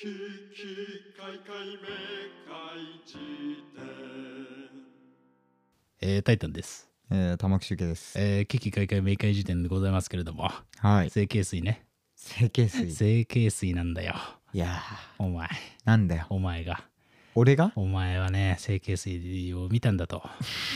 ききかいかいめかいじ典えータイタンです。えー、玉木周慶です。えー、危機開会明快時点でございますけれども、はい。成形水ね。整形水。成形水なんだよ。いやー、お前、なんだよ。お前が。俺がお前はね、成形水を見たんだと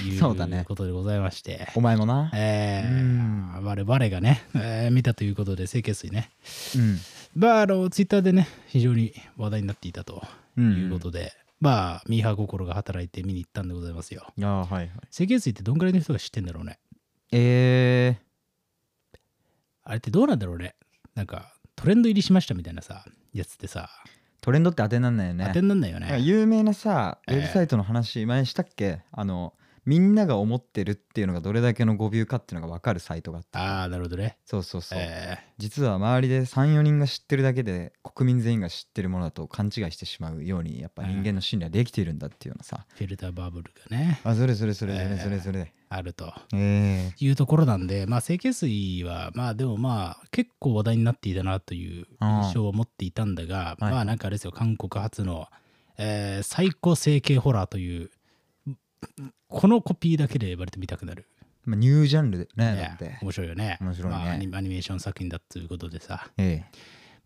い そうだねうことでございまして。お前もな。えー、我々がね、えー見たということで、成形水ね。うん。まあ、あの、ツイッターでね、非常に話題になっていたとうんいうことで、まあ、ミーハー心が働いて見に行ったんでございますよ。いやーはいはい。成形水ってどんくらいの人が知ってんだろうね。えあれってどうなんだろうねなんかトレンド入りしましたみたいなさやつってさ、ー、トレンドって当てになんないよね。当てになんないよなんかね有名なさ、えーウェブサイトの話、前にしたっけあの、みんなが思ってるっていうのがどれだけの語尾かっていうのが分かるサイトがあって。ああなるほどねそうそうそう。え実は周りで3、4人が知ってるだけで、国民全員が知ってるものだと勘違いしてしまうように、やっぱ人間の心理はできているんだっていうようなさ。ーフィルターバブルがねあ、それそれそれそえれーそれそれ。あるとえいうところなんでまあ整形水はまあでもまあ結構話題になっていたなという印象を持っていたんだが、はいまあなんかあれですよ韓国発の、えー最高整形ホラーというこのコピーだけで言われてみたくなる、ー、まあ、ニュージャンルでね、だねって。面白いよね面白いねまあアニアニメーション作品だということでさえ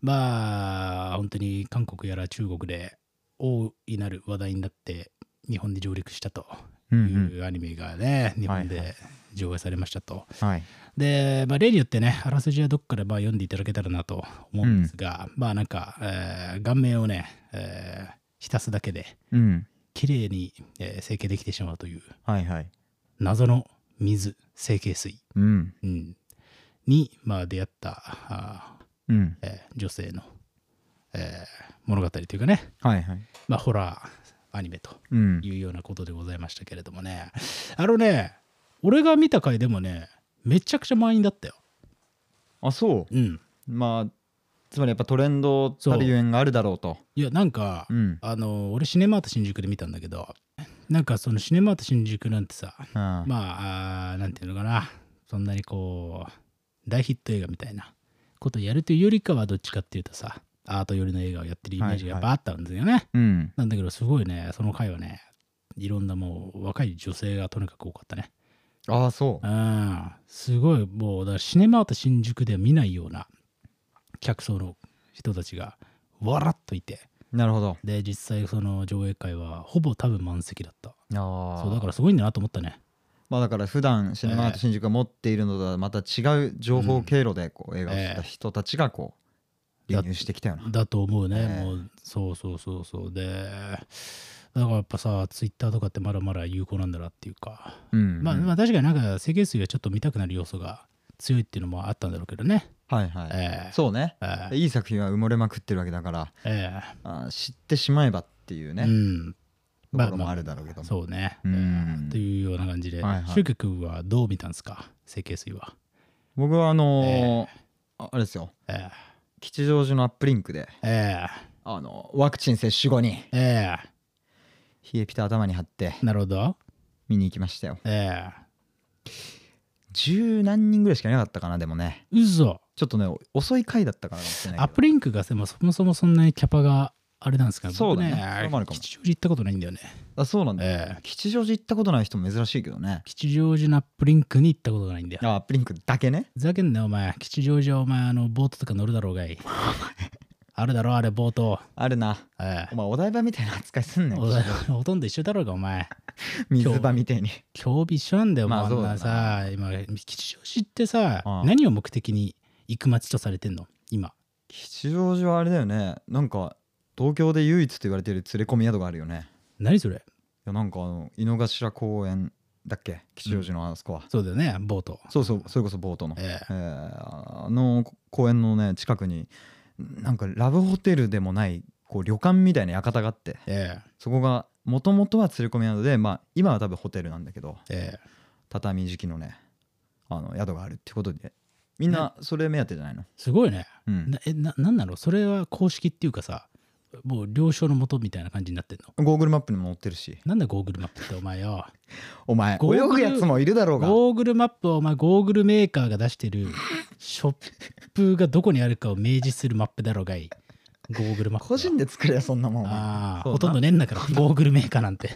まあ本当に韓国やら中国で大いなる話題になって日本で上陸したとえ。ういんうん。うアニメがね、日本はいはで上映されましたと。はい。で、まあ、例によってねあらすじはどっからまあ読んでいただけたらなと思うんですが、まあなんか、えー顔面をね、えー浸すだけでうん。綺麗に、えー整形できてしまうというはいはい。謎の水整形水、うん。うんに、まあ、出会ったあーうん。えー女性の、えー物語というかね、はいはい。まあ、ホラーアニメとうん。いうようなことでございましたけれどもねあのね俺が見た回でもねめちゃくちゃ満員だったよ。あ、そう。うん、まあ、つまりやっぱトレンドそうたるゆえんがあるだろうと。いやなんか、うん。あの俺シネマート新宿で見たんだけどなんかそのシネマート新宿なんてさああまああーなんていうのかなそんなにこう大ヒット映画みたいなことやるというよりかはどっちかっていうとさアート寄りの映画をやってるイメージがやっぱあったんですよね。うん。なんだけど、すごいね、その回はね、いろんなもう若い女性がとにかく多かったね。ああ、そうう。ん、すごい、もう、だからシネマート新宿では見ないような客層の人たちが、わらっといて、なるほど。で、実際、その上映会は、ほぼ多分満席だった。ああ。そう、だからすごいんだなと思ったね。まあだから普段シネマアート新宿が持っているのとはまた違う情報経路でこう映画を知った人たちがえこうえ流入してきたような。だと思うね、ええもう、そうそうそうそう。で、だからやっぱさ、ツイッターとかってまだまだ有効なんだなっていうか。うん。まあ、まあ。あ確かになんか整形水はちょっと見たくなる要素が強いっていうのもあったんだろうけどね。はいはい。ええそうね。ええいい作品は埋もれまくってるわけだから、えあー知ってしまえばっていうえね、うん。まあところもまああ、るだろうけども。そうね。うんええというような感じで、はいはいシュウケ君はどう見たんですか、整形水は。僕はあのーああれですよ。ええ吉祥寺のアップリンクでえあのワクチン接種後にええ冷えピタ頭に貼ってえなるほど。見に行きましたよえ十何人ぐらいしかいなかったかなでもねえ嘘。ちょっとね遅い回だったからかもしれないアップリンクがでもそもそもそんなにキャパがあれなんですかそうだね僕それもあるかも吉祥寺行ったことないんだよね。あそうなんだ、ええ吉祥寺行ったことない人も珍しいけどね吉祥寺のアップリンクに行ったことがないんだよ。あアップリンクだけねふざけんなよお前吉祥寺はお前あのボートとか乗るだろうが いあるだろあれボートあるなえお前お台場みたいな扱いすんえねんお前ほとんど一緒だろうがお前水場みたいに競技一緒なんだよ、まあもうあんなそうださ今吉祥寺ってさああ何を目的に行く街とされてんの今吉祥寺はあれだよねなんか東京で唯一と言われてる連れ込み宿があるよね何それいやなんかあの井の頭公園だっけ吉祥寺のあそこは、そうだよねボートそうそうそれこそボートのええーあのこ公園のね近くになんかラブホテルでもないこう旅館みたいな館があってええそこがもともとは連れ込み宿で、まあ、今は多分ホテルなんだけどえええ畳敷きのねあの宿があるってことでみんなそれ目当てじゃないの、すごいねうん、なえななんなのそれは公式っていうかさもう了承のもとみたいな感じになってんのゴーグルマップにも載ってるしなんだゴーグルマップってお前よお前ゴー泳グぐルやつもいるだろうがゴーグルマップはお前ゴーグルメ ーカーが出してるショップがどこにあるかを明示するマップだろうがいゴーグルマップは個人で作れよそんなもんああそうほとんどねえんだ からゴーグルメーカーなんて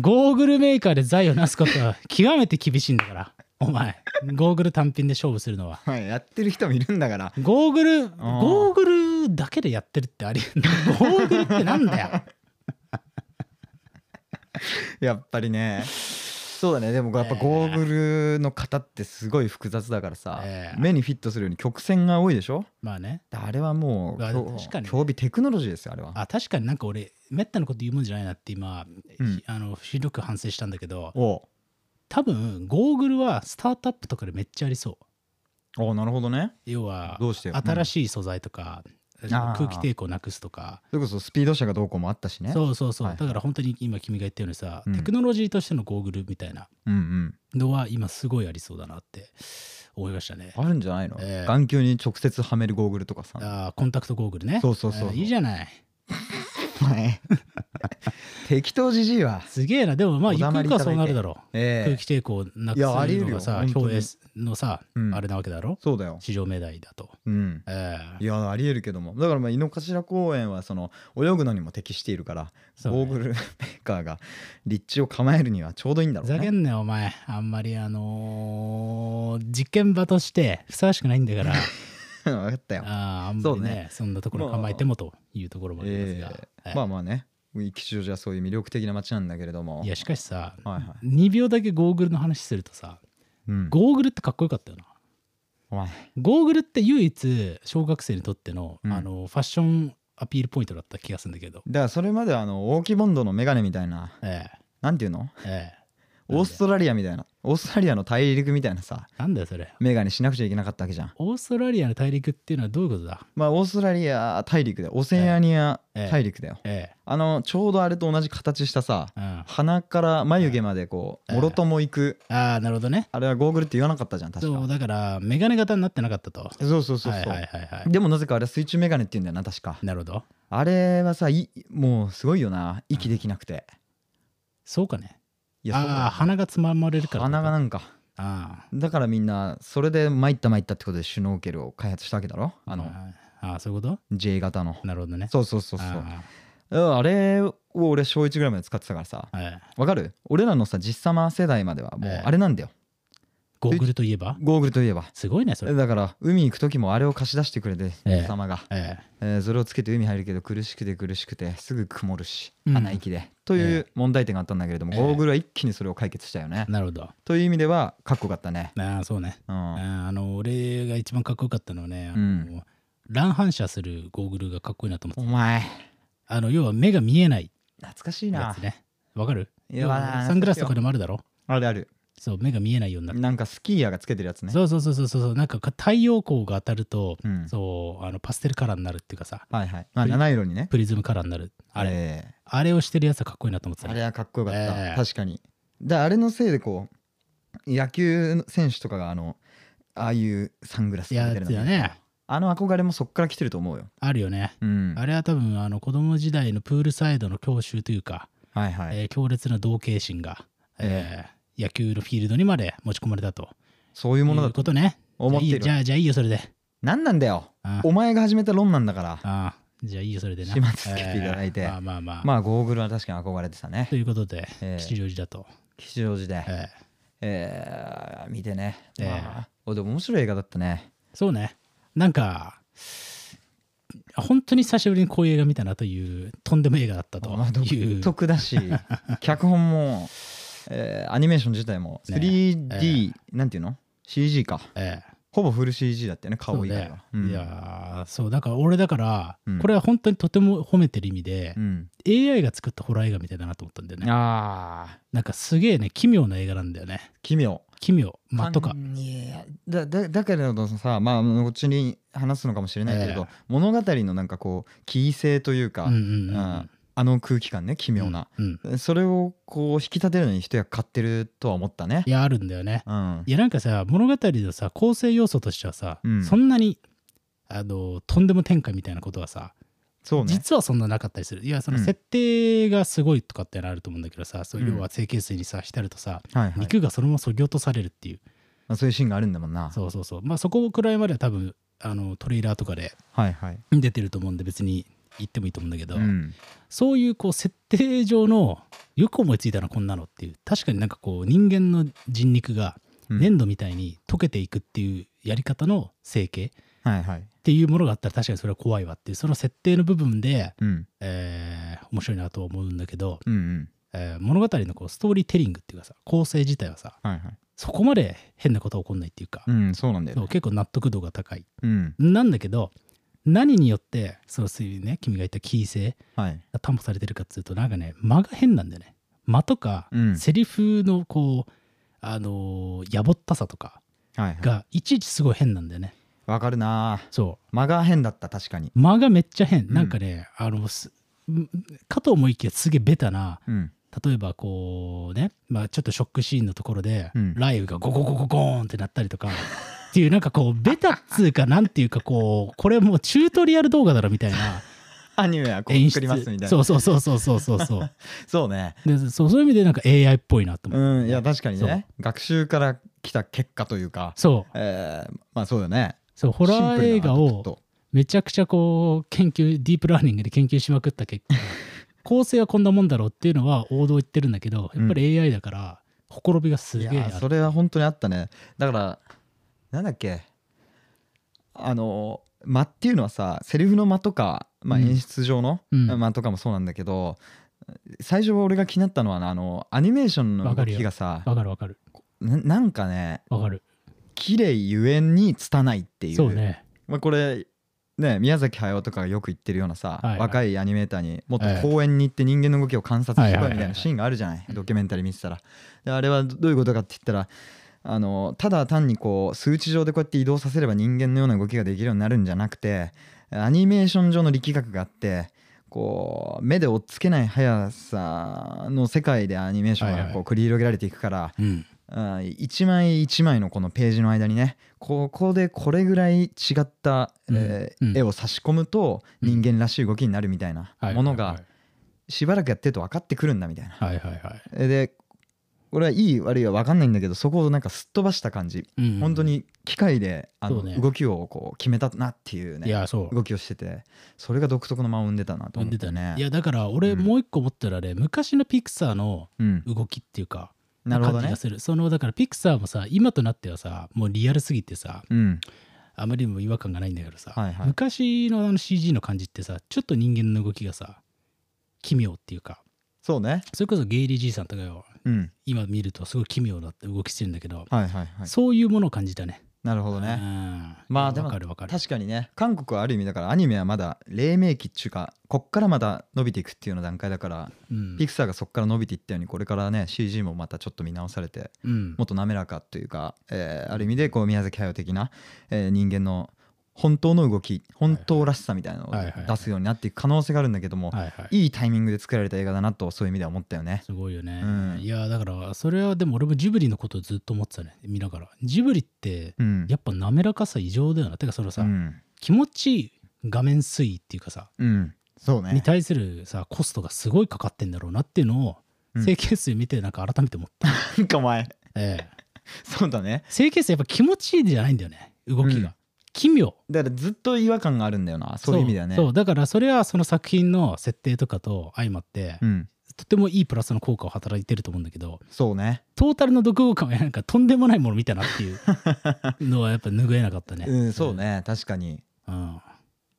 ゴーグルメーカーで財をなすことは極めて厳しいんだからお前ゴーグル単品で勝負するのははいやってる人もいるんだからゴーグルゴーグルだけでやってるってありえんのゴーグルってなんだよ やっぱりねそうだねでもやっぱゴーグルの型ってすごい複雑だからさ、ええ目にフィットするように曲線が多いでしょまあねあれはもうあ今確かにね日日テクノロジーですよあれはあ確かになんか俺めったなこと言うもんじゃないなって今、うんひあのひどく反省したんだけどおう多分ゴーグルはスタートアップとかでめっちゃありそうおうなるほどね要はどうしてよ新しい素材とか、あー空気抵抗なくすとかそれこそスピード車がどうこうもあったしねそうそうそう、はいはいだから本当に今君が言ったようにさ、うんテクノロジーとしてのゴーグルみたいなうんのは今すごいありそうだなって思いましたねうんあるんじゃないの、ええ眼球に直接はめるゴーグルとかさあーコンタクトゴーグルねそうそうそうあーいいじゃないお前 適当じじいはすげえなでもまあおゆく黙ゆりくいたはそだいてうなるだろう、ええ空気抵抗なくいやあすりるの得るよがさ本当に競泳のさ、うんあれなわけだろそうだよ市場命題だと、うんええいやありえるけどもだからまあ井の頭公園はその泳ぐのにも適しているから、そうねゴーグルメーカーが立地を構えるにはちょうどいいんだふろうざけねんなよお前あんまりあのー実験場としてふさわしくないんだから 分かったよ、あーあんまりねそんなところ構えてもというところもありますが、ええはいまあまあね吉祥寺はそういう魅力的な街なんだけれどもいやしかしさ、はいはい2秒だけゴーグルの話するとさうん、ゴーグルってかっこよかったよなお前ゴーグルって唯一小学生にとっての,、うんあのファッションアピールポイントだった気がするんだけど、だからそれまではあの大木ボンドのメガネみたいなええなんていうのええオーストラリアみたいなオーストラリアの大陸みたいなさなんだよそれメガネしなくちゃいけなかったわけじゃんオーストラリアの大陸っていうのはどういうことだまあオーストラリア大陸だよオセアニアええ大陸だよ、えあのちょうどあれと同じ形したさ、え、うん、あ鼻から眉毛までこうええもろとも行くあなるほどねあれはゴーグルって言わなかったじゃん確そうかだからメガネ型になってなかったとそうそうそうはいそはいうはいはでもなぜかあれは水中眼鏡って言うんだよな確かいなるほどあれはさいもうすごいよな息できなくてそうかねいやそうだよああ鼻がつままれるから鼻がなあんかあだからみんなそれで参った参ったってことでシュノーケルを開発したわけだろあのあああそういうこ J 型のとなるほどねそうそうそうそうあうんあれを俺小1ぐらいまで使ってたからさあはいわかる俺らのさ実様世代まではもうええあれなんだよゴーグルといえばゴーグルといえばすごいねそれだから海行く時もあれを貸し出してくれてええ爺様が、えええーそれをつけて海入るけど苦しくて苦しくてすぐ曇るしうん鼻息で、という問題点があったんだけれども、ええゴーグルは一気にそれを解決したよね、なるほどという意味ではかっこよかったねああそうねうん、あああの俺が一番かっこよかったのはねあのうん乱反射するゴーグルがかっこいいなと思ってお前あの要は目が見えない懐かしいやなつねわかるいや要懐かしいはよサングラスとかでもあるだろあるあるそう目が見えないようになってなんかスキーヤーがつけてるやつねそうそうそうそうそうなんか太陽光が当たるとうんそうあのパステルカラーになるっていうかさはいはい、まあ、プリ七色にねプリズムカラーになるあれ、えあれをしてるやつはかっこいいなと思ってえたあれねはかっこよかった、ええ確かにだあれのせいでこう野球選手とかがあのああいうサングラスいかやけてるつのだねあの憧れもそっから来てると思うよあるよねうんあれは多分あの子供時代のプールサイドの教習というか、はいはい、えー強烈な同型心が、えー野球のフィールドにまで持ち込まれたとそういうものいだうとことね思ってるじゃあいいじゃあじゃあいいよそれで何なんだよあお前が始めた論なんだからあじゃあいいよそれでな始末つけていただいてえーまあまあまあ、まあゴーグルは確かに憧れてたねということで、えー吉祥寺だと、吉祥寺えでーえー見てねええまあおでも面白い映画だったねそうねなんか本当に久しぶりにこういう映画見たなというとんでも映画だったとまあい独う特 だし脚本もえーアニメーション自体もね 3D なんていうの CG かええほぼフル CG だったよね顔以外はそうねうんいやーそうだから俺だから、うんこれは本当にとても褒めてる意味でう、ん AI が作ったホラー映画みたいだなと思ったんだよねああなんかすげえね奇妙な映画なんだよね奇妙奇妙間とかいやだだだけれどさまあ後に話すのかもしれないけれど、ええ物語のなんかこう奇異性というか、うんうんうんうんあの空気感ね奇妙な、うんうんそれをこう引き立てるのに一役買ってるとは思ったねいやあるんだよねうんいやなんかさ物語のさ構成要素としてはさ、うんそんなにあのとんでも展開みたいなことはさ、そうね実はそんななかったりするいやそのうん設定がすごいとかってのあると思うんだけどさ、そううん要は成形水にさ浸るとさ、はいはい肉がそのままそぎ落とされるっていうまあ、そういうシーンがあるんだもんなそうそうそうまあそこくらいまでは多分あのトレーラーとかではいはい。出てると思うんで別に行ってもいいと思うんだけど、うん。そういうこう設定上のよく思いついたなこんなのっていう確かになんかこう人間の人肉がうん粘土みたいに溶けていくっていうやり方の整形っはいはい。ていうものがあったら確かにそれは怖いわっていうその設定の部分で、うん。えー面白いなと思うんだけど、うんうん。えー物語のこうストーリーテリングっていうかさ構成自体はさはいはい。そこまで変なことは起こんないっていうか、うん、そうなんだよそうね。結構納得度が高いうん。なんだけど何によってそのそういうね君が言ったキー性はい。が担保されてるかっつうとなんかね間が変なんだよね間とか、うんセリフのこうあのーやぼったさとかはいはい。がいちいちすごい変なんだよねわかるなぁそ間が変だった、確かに。う間がめっちゃ変、うんなんかねあのすんかと思いきやすげえベタなうん。例えばこうね、まあ、ちょっとショックシーンのところで、うん雷雨がゴゴゴゴゴーンってなったりとかっていうなんかこうベタっつうかなんていうかこうこれもうチュートリアル動画だろみたいなアニメは こう演出作りますみたいそな。うそうそうそうそうそうそうそうね。でそうそういう意味でなんか AI っぽいなと思う、うん、いや、確かにね。学習から来た結果というか、そうえー、まあそうだよね。そうホラー映画をめちゃくちゃこう研究ディープラーニングで研究しまくった結 果構成はこんなもんだろうっていうのは王道言ってるんだけどやっぱり AI だからほころびがすいげえやあーるそれは本当にあったねだからなんだっけあのー間っていうのはさセリフの間とか、まあ、うん演出上のうん間とかもそうなんだけど、最初は俺が気になったのはなあのアニメーションのわか動るよきがさわかるわかるななんかねわかる綺麗ゆえんに拙いっていうそうねまあ、これね宮崎駿とかがよく言ってるようなさ、はいはい若いアニメーターにもっとええ公園に行って人間の動きを観察しろはいよはいみはいはいたいなシーンがあるじゃない、ドキュメンタリー見てたらであれはどういうことかって言ったらあのただ単にこう数値上でこうやって移動させれば人間のような動きができるようになるんじゃなくてアニメーション上の力学があってこう目で追っつけない速さの世界でアニメーションはいがはいこう繰り広げられていくから、うんあー一枚一枚のこのページの間にねここでこれぐらい違った、えーうん絵を差し込むとうん人間らしい動きになるみたいなはいものがしばらくやってると分かってくるんだみたいな。はいはいはい、えーでこれはいい悪いは分かんないんだけどそこをなんかすっ飛ばした感じ、うん本当に機械であの、そうね動きをこう決めたなっていういねやそう動きをしててそれが独特の間を生んでたなと読思んっでてたねね。いやだから俺うんもう一個思ったらね、昔のピクサーのうん、動きっていうかなるほど感じねが。するそのだからピクサーもさ今となってはさもうリアルすぎてさうん、あまりにも違和感がないんだけどさ、はいはい昔のあの CG の感じってさちょっと人間の動きがさ奇妙っていうかそうね。それこそゲイリーじいさんとかようん、今見るとすごい奇妙な動きしてるんだけど、はいはいはい。そういうものを感じたね。なるほどうね。んまあでもわかるわかる。確かにね韓国はある意味だからアニメはまだ黎明期っていうかこっからまだ伸びていくっていうような段階だから、うんピクサーがそっから伸びていったようにこれからね CG もまたちょっと見直されてうんもっと滑らかというか、えーある意味でこう宮崎駿的な、えー人間の本当の動き本当らしさみたいなのはいはいはいを出すようになっていく可能性があるんだけども、はいはいい、いタイミングで作られた映画だなとそういう意味では思ったよね。すごいよね。うんいやだからそれはでも俺もジブリのことをずっと思ってたね見ながら。ジブリってうん、やっぱ滑らかさ異常だよな。てかそのさ、うん気持ちいい画面推移っていうかさ、うん、そうにね。対するさコストがすごいかかってんだろうなっていうのをうん整形数見てなんか改めて思った。なんかお前ええ そうだね。整形数やっぱ気持ちいいじゃないんだよね動きが。うん奇妙。だからずっと違和感があるんだよなそういう意味だよね。そうそうだからそれはその作品の設定とかと相まって、うん、とてもいいプラスの効果を働いてると思うんだけどそうね。トータルの独語感はなんかとんでもないもの見たなって いうのはやっぱ拭えなかったね。うん、そうね、確かに。うん。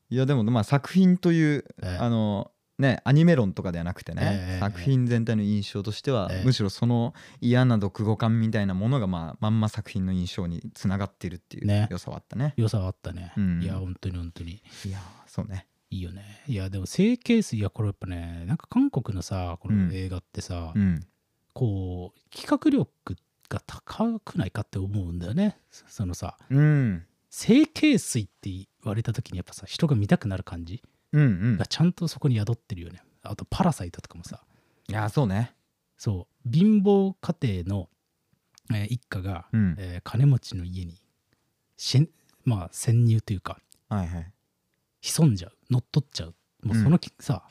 いや、でも、まあ、作品という、ええあの、ね、アニメ論とかではなくてね、ええ作品全体の印象としては、ええむしろその嫌な読語感みたいなものが、まあ、まんま作品の印象につながっているっていねう良さはあったね。良さはあったね。うんいや本当に本当にいやー、そうね。いいよね。いやでも整形数いやこれやっぱねなんか韓国のさこうんの映画ってさ、うん、こう企画力が高くないかって思うんだよね。そそのさうん、整形水って言われた時にやっぱさ人が見たくなる感じうん、うんが。ちゃんとそこに宿ってるよね。あと「パラサイト」とかもさいやー、そうね。そう貧乏家庭の、えー一家が、うん、えー金持ちの家にしんまあ潜入というかはいはい。潜んじゃう乗っ取っちゃうもううんそのき、さ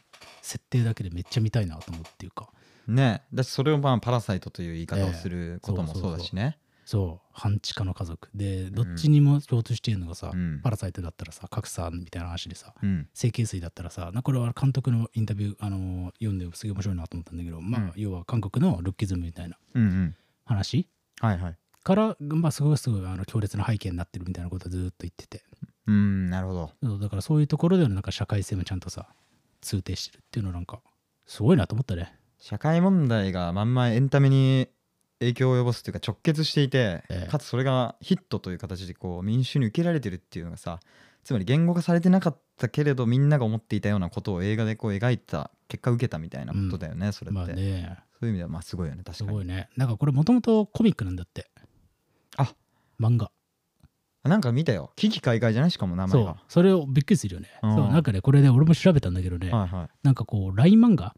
設定だけでめっちゃ見たいなと思うっていうかね、だし、それを、まあ、パラサイトという言い方をすることもそうそそううそうだしね。そう半地下の家族でどっちにも共通しているのがさ、うんパラサイトだったらさ格差みたいな話でさうん整形水だったらさなこれは監督のインタビュー、あのー読んですげえ面白いなと思ったんだけど、まうんあ要は韓国のルッキズムみたいなうんうん話はいはいから、まあ、すごいすごいあの強烈な背景になってるみたいなことをずーっと言っててうんなるほどそうだからそういうところでのなんか社会性もちゃんとさ通底してるっていうのなんかすごいなと思ったね。社会問題がまんまエンタメに影響を及ぼすというか直結していて、ええかつそれがヒットという形でこう民衆に受けられてるっていうのがさつまり言語化されてなかったけれどみんなが思っていたようなことを映画でこう描いた結果受けたみたいなことだよね、それって、まあねそういう意味ではまあすごいよね確すかごいにね。なんかこれもともとコミックなんだって。あ漫画。あなんか見たよ危機開会じゃないしかも名前そうが。それをびっくりするよね。うんそうなんかねこれね俺も調べたんだけどね、はいはいなんかこう LINE 漫画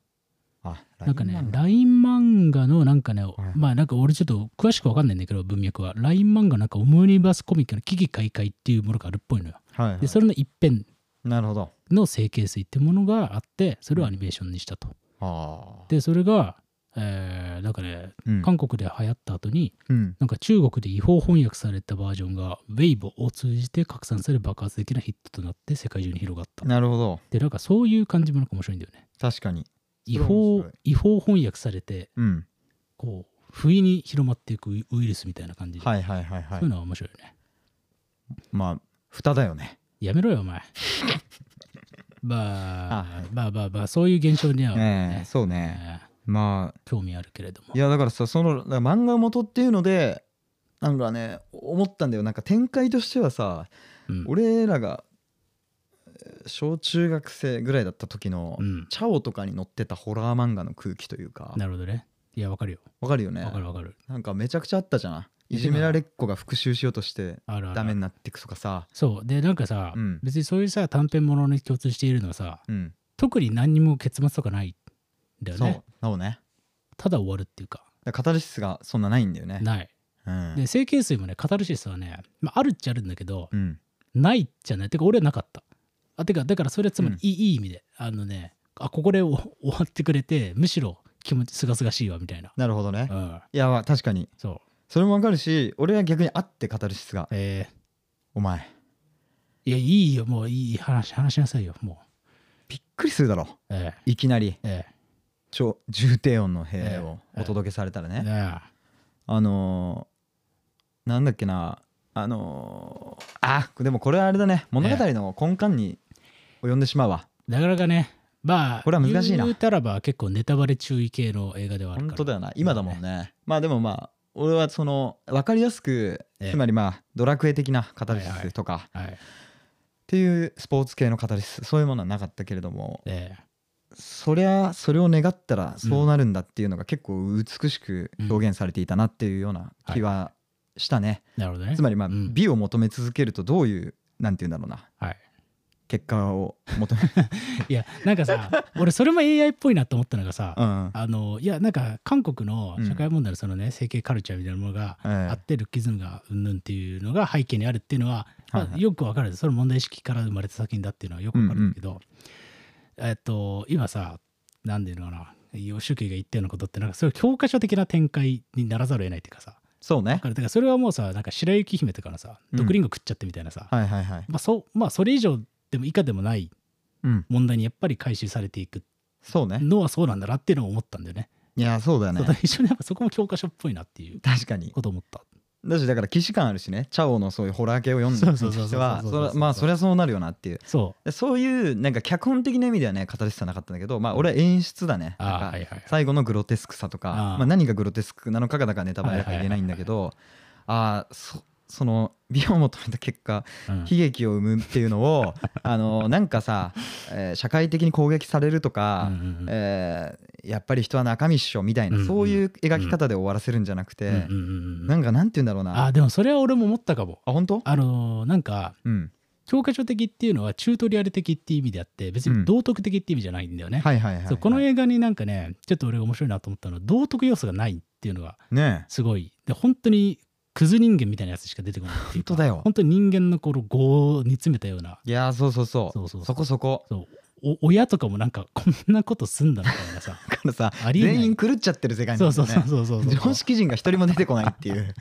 あなんかね LINE 漫画 LINE 漫画のなんかね、いまあなんか俺ちょっと詳しくわかんないんだけど文脈は LINE 漫画なんかオムニバスコミックの危機開会っていうものがあるっぽいのよ。はい、はいで、それの一編なるほどの成形水ってものがあってそれをアニメーションにしたと。あーでそれが、えーなんかねうん韓国で流行った後にうんなんか中国で違法翻訳されたバージョンが Weibo を通じて拡散され爆発的なヒットとなって世界中に広がった。なるほどでなんかそういう感じもなんか面白いんだよね。確かに違それ面法白い違法翻訳されてうんこう不意に広まっていくウイウイルスみたいな感じで、はいはいはいはそういういのは面白いよね。まあ蓋だよねやめろよお前。 まああはいまあまあまあそういう現象には、ねえそうねえーまあ興味あるけれどもい。やだからさそのだから漫画元っていうのでなんかね思ったんだよなんか展開としてはさ、うん俺らがえー小中学生ぐらいだった時の、うんチャオとかに載ってたホラー漫画の空気というかなるほどね。いやわかるよ。わかるよねわかるわかる。なんかめちゃくちゃあったじゃんいいやじめられっ子が復讐しようとしてあるある。ダメになってくとかさそう。で、なんかさ、うん別にそういうさ、短編ものに共通しているのはさ、うん特に何にも結末とかないんだよそうね。そうねただ終わるっていうか、だからカタルシスがそんなないんだよねない。うんで、整形水もね、カタルシスはね、まあ、あるっちゃあるんだけど、うんないじゃない。てか、俺はなかった。あてか、だからそれはつまりうんいい,、いい意味で、あのね、あ、ここでお 終わってくれて、むしろ気持ちすがすがしいわ、みたいな。なるほどねうん。いやまあ確かにそう。それもわかるし俺は逆にあってカタルシスがえお前ーいや、いいよ、もういい話、話しなさいよ、もびっくりするだろう。えいきなりー、え超重低音の兵をええお届けされたらー、ねねあのーなんだっけなあのーあでもこれはあれだね物語の根幹に及んでしまうわなかなかね、まあ、これは難しいな言うたらば結構ネタバレ注意系の映画ではあるから。本当だよな今だもん。ねまあでもまあ俺はその分かりやすくええつまりまあドラクエ的なカタルシはいはいスとかっはい。ていうスポーツ系のカタルシスそういうものはなかったけれどもえそりゃそれを願ったらそうなるんだっていうのが結構美しく表現されていたなっていうような気はしたね、えなるほどね。つまりまあうん美を求め続けるとどういうなんて言うんだろうなはい。結果を 求めいや、なんかさ、 俺それも AI っぽいなと思ったのがさ、うんあの、いや、なんか韓国の社会問題のそのね、整形カルチャーみたいなものが、えあってルッキズムがうんぬんっていうのが背景にあるっていうのは、はいはいまあ、よくわかるその問題意識から生まれた作品だっていうのはよくわかるんだけど、えっと今さ何ていうのかな吉家が言ったようなことってなんかそれ教科書的な展開にならざるを得ないっていうかさそうだねからだからそれはもうさなんか白雪姫とかのさうん毒リンゴ食っちゃってみたいなさ、はいはいはいまあ、そうまあそれ以上でも以下でもないうん問題にやっぱり回収されていくそうねのはそうなんだなっていうのを思ったんだよね。いやそうだよそうねだから一緒にやっぱそこも教科書っぽいなっていう確かにことを思った。だしだから既視感あるしねチャオのそういうホラー系を読んだそう人そうそうそうとしてはそうそそうそうらまあそりゃそうなるよなっていうそうでそういうなんか脚本的な意味ではね語りさなかったんだけどまあ俺は演出だねあなーんはかいはいはい最後のグロテスクさとかあーまあ、何がグロテスクなのかがだからネタバレだから言えないんだけどああそその 美を求めた結果うん悲劇を生むっていうの をあのなんかさ、えー社会的に攻撃されるとかう、んうんうんえーやっぱり人は中身っしょみたいな、うんうんそういう描き方で終わらせるんじゃなくて、うんうんうんうんなんかなんて言うんだろうなあーでもそれは俺も思ったかもあ本当あのーなんかうん教科書的っていうのはチュートリアル的っていう意味であって別に道徳的っていう意味じゃないんだよね、はいはいはい、はそいうこの映画になんかねちょっと俺が面白いなと思ったのは道徳要素がないっていうのがねえすごいで本当にクズ人間みたいなやつしか出てこないっていうか本当だよ本当に人間のこの業を煮詰めたようないやーそうそうそうそうそうそうこそこそうお親とかもなんかこんなことすんだみたいなさだからさありえない 全員狂っちゃってる世界そなうんだそうよねそうそう そうそ常う識人が一人も出てこないっていう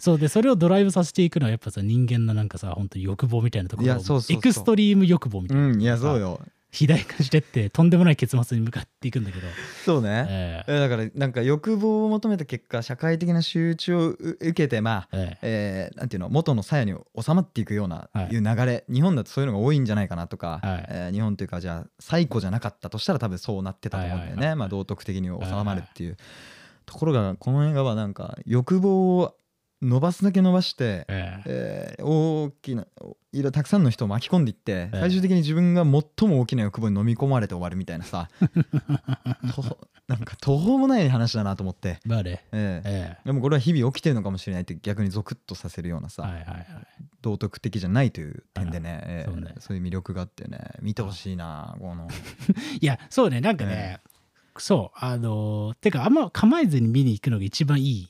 そうでそれをドライブさせていくのはやっぱさ人間のなんかさ本当に欲望みたいなところをいやそうそうそうエクストリーム欲望みたいな、うんいやそうよ肥大化してってとんでもない結末に向かっていくんだ けど、そうねえええだからなんか欲望を求めた結果社会的な仕打ちをう受けてまあえええーなんていうの元の鞘に収まっていくような、はいい、う流れ日本だとそういうのが多いんじゃないかなとか、はいえー日本というかじゃあ最古じゃなかったとしたら多分そうなってたと思うんだよはね、いはいはいまあ、道徳的に収まるっていう、ところがこの映画はなんか欲望を伸ばすだけ伸ばして、えええー大きないろたくさんの人を巻き込んでいって、え最終的に自分が最も大きな欲望に飲み込まれて終わるみたいな さ途方なんか途方もない話だなと思って。まあねえーえでもこれは日々起きてるのかもしれないって逆にゾクッとさせるようなえさ、はいはいはい道徳的じゃないという点でね,、えーそうねそういう魅力があってね見てほしいなこのいやそうねなんかね、そうあのーてかあんま構えずに見に行くのが一番いい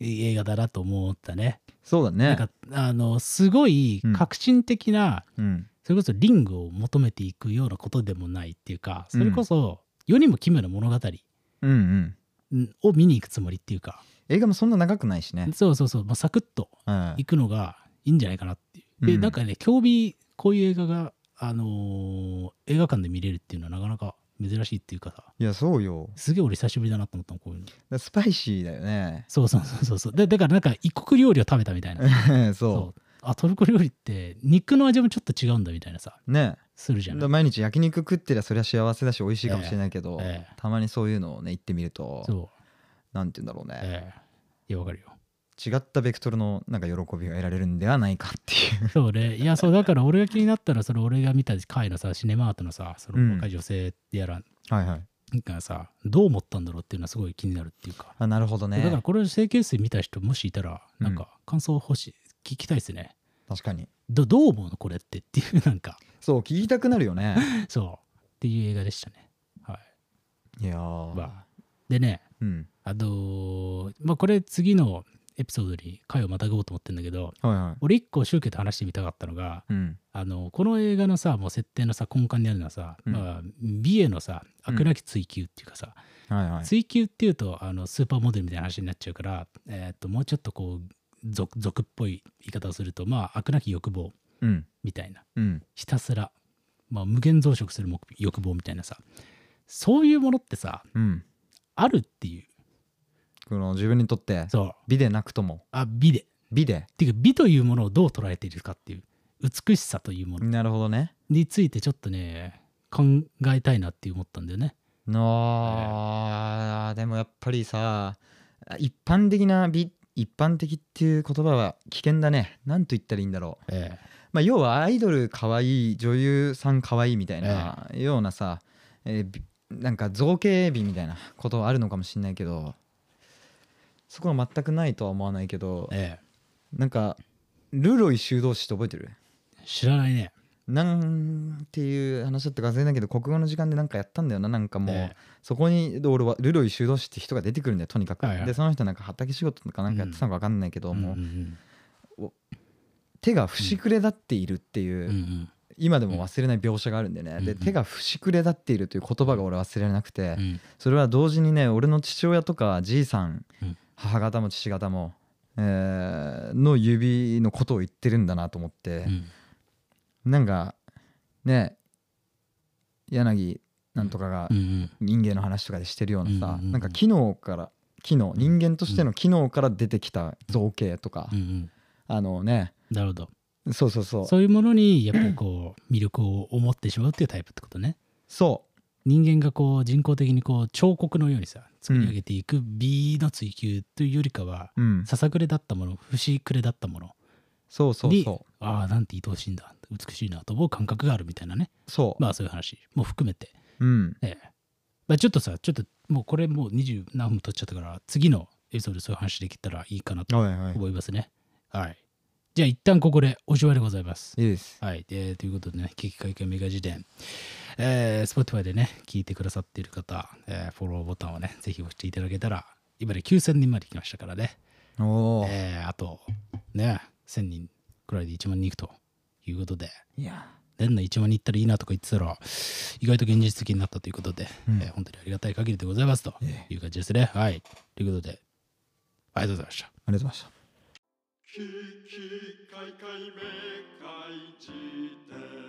映画だなと思ったね そうだねなんかあのすごい革新的な、うん、それこそリングを求めていくようなことでもないっていうかそれこそ世にも奇妙な物語うんうんうんを見に行くつもりっていうか、映画もそんな長くないしね、そうそうそう、まあ、サクッとうん行くのがいいんじゃないかなっていう。で、うんなんかね興味こういう映画が、あのー映画館で見れるっていうのはなかなか珍しいっていうかさいやそうよすげえ俺久しぶりだなと思ったのこういうの。だからスパイシーだよねそうそうそうそうそうでだからなんか異国料理を食べたみたいな。 そうそうあトルコ料理って肉の味もちょっと違うんだみたいなさねするじゃだんから。毎日焼肉食ってりゃそりゃ幸せだし美味しいかもしれないけど、ええたまにそういうのをね言ってみるとそう。なんて言うんだろうね、ええいやわかるよ。違ったベクトルのなんか喜びが得られるんではないかって いうそうね。いや、そう、だから俺が気になったら、それ俺が見た回のさ、シネマートのさ、その若い女性やら、はいはいがさ、どう思ったんだろうっていうのはすごい気になるっていうか。あなるほどねだからこれ、整形水見た人、もしいたら、うんなんか、感想欲しい、聞きたいですね。確かにどどう思うのこれってっていう、なんか、 そう聞きたくなるよねそう、っていう映画でしたね。はい。いやー、までね、うんあのーまあ、これ、次のエピソードに回をまたごうと思ってんだけど、はいはい俺、一個、宗教と話してみたかったのが、うんあのこの映画のさもう設定のさ根幹にあるのはさ、うんまあ、美へのさ悪なき追求っていうかさ、はいはい追求っていうとあのスーパーモデルみたいな話になっちゃうから、えー、ともうちょっとこう俗俗っぽい言い方をするとまあ悪なき欲望うんみたいなうんひたすら、まあ、無限増殖する目欲望みたいなさそういうものってさうんあるっていうこの自分にとってそう美でなくともあ美でっ美でていうか美というものをどう捉えているかっていう美しさというものなるほどねについてちょっとね考えたいなって思ったんだよね。あーでもやっぱりさ一般的な美一般的っていう言葉は危険だね何と言ったらいいんだろう、ええまあ、要はアイドルかわいい女優さんかわいいみたいなようなさ、えーびなんか造形美みたいなことはあるのかもしれないけどそこは全くないとは思わないけどえなんかルロイ修道士って覚えてるえ、知らないね。なんていう話だったか忘れないけど国語の時間でなんかやったんだよななんかもう、ええそこにで俺はルロイ修道士って人が出てくるんだよとにかく、はいはいでその人なんか畑仕事とかなんかやってたのか分かんないけど、もううんうん手が節くれだっているっていうう、んうん今でも忘れない描写があるんでね、うんうでん手が節くれだっているという言葉が俺忘れられなくて、うんそれは同時にね俺の父親とかじいさん、うん母方も父方も、えーの指のことを言ってるんだなと思って。うんなんかね柳なんとかがうんうん人間の話とかでしてるようなさ、うんうんうんなんか機能から機能人間としての機能から出てきた造形とか、うんうんあのねなるほど。そうそうそうそういうものにやっぱりこう魅力を思ってしまうっていうタイプってことね。そう人間がこう人工的にこう彫刻のようにさ作り上げていく美の追求というよりかは、うんささくれだったもの節くれだったものそうそうにそああなんて愛おしいんだ美しいなと思う感覚があるみたいなねうそう、まあそういう話も含めて、うんええまあ、ちょっとさちょっともうこれもう20何分取っちゃったから次のエピソードでそういう話できたらいいかなとはいはい思いますね。はい。じゃあ一旦ここでおしまいでございます。いいですはい。えーということでね、危機解決メガ辞典、えー、Spotify でね、聞いてくださっている方、えーフォローボタンをね、ぜひ押していただけたら、今で9000人まで来ましたからね、おおーえーあと、ね、1000人くらいで1万人いくということで、いや年内一万に行ったらいいなとか言ってたら意外と現実的になったということで、うんえー本当にありがたい限りでございますとえいう感じですね。はい、ということでありがとうございました。ありがとうございましたキキカイカイめかい辞典